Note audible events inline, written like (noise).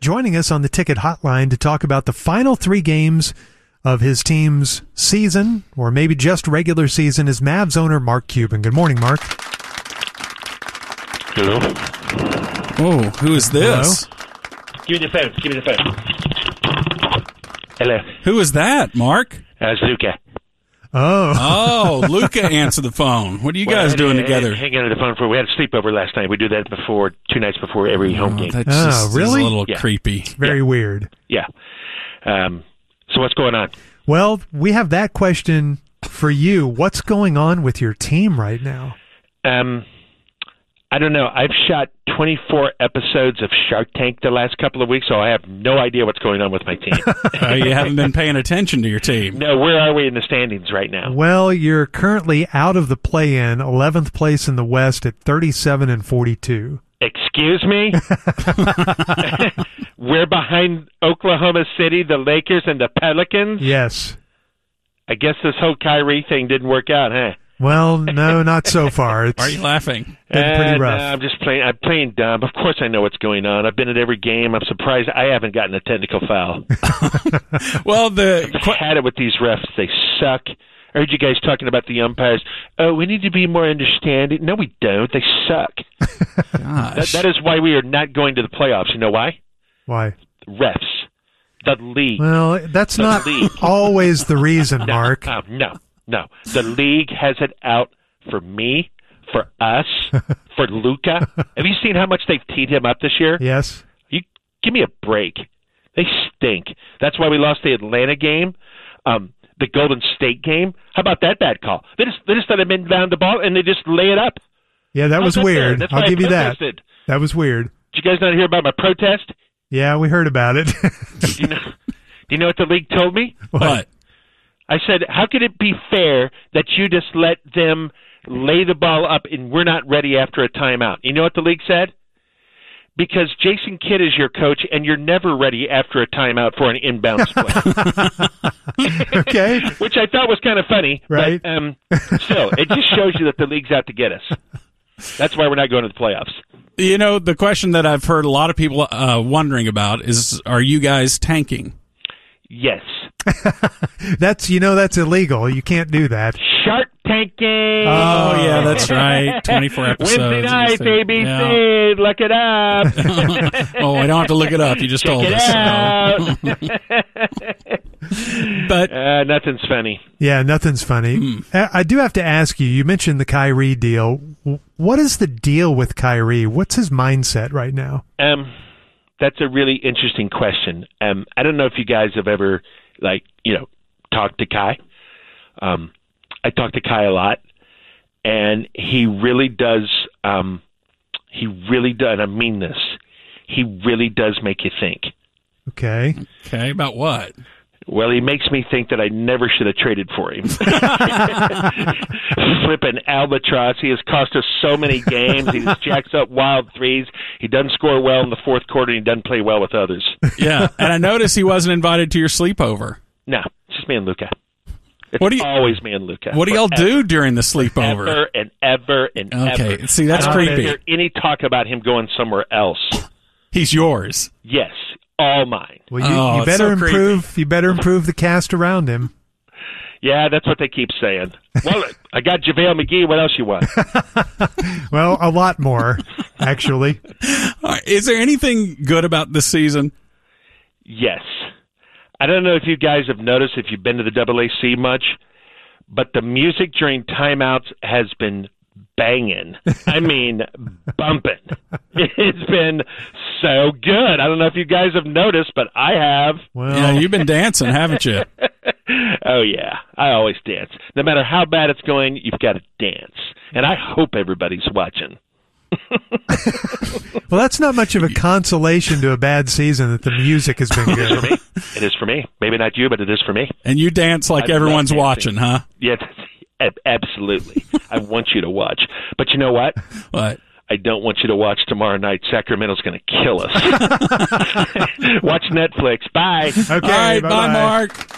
joining us on the ticket hotline to talk about the final three games of his team's season, or maybe just regular season, is Mavs owner Mark Cuban. Good morning, Mark. Hello. Oh, who is this? Give me the phone. Give me the phone. Hello. Who is that, Mark? Uh, it's Luca. Oh, Oh, (laughs) Luca, answer the phone. What are you Well, guys I- doing I- I- together? Hang on to the phone for. We had a sleepover last night. We do that before two nights before every home Oh, game. that's Oh, just is really? a little Yeah. (laughs) creepy. very weird. Yeah. Um, so what's going on? Well, we have that question for you. What's going on with your team right now? Um, I don't know. I've shot 24 episodes of Shark Tank the last couple of weeks, so I have no idea what's going on with my (laughs) team. Uh, you haven't been paying attention to your team. no, where are we in the standings right now? Well, you're currently out of the play in, 11th place in the West at 37 and 42. Excuse (laughs) me? (laughs) We're behind Oklahoma City, the Lakers, and the Pelicans. Yes. I guess this whole Kyrie thing didn't work out, huh? Well, no, not so far. It's Why (laughs) are you laughing? been pretty Uh, no, rough. I'm just playing. I'm playing dumb. Of course, I know what's going on. I've been at every game. I'm surprised I haven't gotten a (laughs) technical foul. (laughs) Well, the I've had it with these refs. They suck. I heard you guys talking about the umpires. Oh, we need to be more understanding. No, we don't. They suck. That, gosh, that is why we are not going to the playoffs. You know why? Why? Refs. The league. Well, that's The not league. always the reason, (laughs) Mark. Oh, no, no. The league has it out for me, for (laughs) us, for Luca. Have you seen how much they've teed him up this year? Yes. You give me a break. They stink. That's why we lost the Atlanta game, um, the Golden State game. How about that bad call? They just they just let him inbound the ball and they just lay it up. Yeah, that was How's fair? weird. That's why I'll I give you that. protested. That was weird. Did you guys not hear about my protest? Yeah, we heard about it. (laughs) Do you know, (laughs) do you know what the league told me? what? I said, how could it be fair that you just let them lay the ball up and we're not ready after a timeout? You know what the league said? Because Jason Kidd is your coach and you're never ready after a timeout for an (laughs) inbounds play, (laughs) okay. which I thought was kind of funny. Right. But, um, still, it just shows you that the league's out to get us. That's why we're not going to the playoffs. You know, the question that I've heard a lot of people uh, wondering about is: Are you guys tanking? Yes. That's you know that's illegal. You can't do that. Shark tanking. Oh, yeah, (laughs) that's right. Twenty-four episodes. Wednesday night, Interesting. Yeah. ABC. Look it (laughs) up. oh, I don't have to look it up. You just told Check it us. out. (laughs) But Uh, nothing's funny. Yeah, nothing's funny. Hmm. I, I do have to ask you. You mentioned the Kyrie deal. W- What is the deal with Kyrie? What's his mindset right now? Um, that's a really interesting question. Um, I don't know if you guys have ever, like, you know, talked to Kai. Um, I talk to Kai a lot, and he really does. Um, he really does. And I mean this. He really does make you think. Okay. okay, about what? Well, he makes me think that I never should have traded for him. Flipping albatross. He has cost us so many games. He just jacks up wild threes. He doesn't score well in the fourth quarter, and he doesn't play well with others. Yeah, and I noticed he wasn't invited to your sleepover. No, it's just me and Luca. It's What do you- always me and Luca. What do y'all Forever, do during the sleepover? Ever and ever and Okay, ever. see, that's I don't creepy. hear any talk about him going somewhere else. He's yours. yes, all mine. Well, you, Oh, you it's better so creepy. improve. You better improve the cast around him. Yeah, that's what they keep saying. (laughs) Well, I got JaVale McGee. What else you want? Well, a lot more actually. All right, is there anything good about this season? Yes. I don't know if you guys have noticed if you've been to the AAC much, but the music during timeouts has been banging. I mean, bumping. It's been so good. I don't know if you guys have noticed, but I have. Well, Yeah, you've been dancing, haven't you? Oh, yeah. I always dance. No matter how bad it's going, you've got to dance. And I hope everybody's watching. well, that's not much of a consolation to a bad season that the music has (laughs) been good. It is for me. Maybe not you, but it is for me. And you dance like love everyone's dancing. watching, huh? Yes, (laughs) ab- absolutely. I want you to watch. But you know what? What? I don't want you to watch tomorrow night. Sacramento's going to kill us. (laughs) watch Netflix. Bye. Okay. All right, bye, bye-bye. Mark.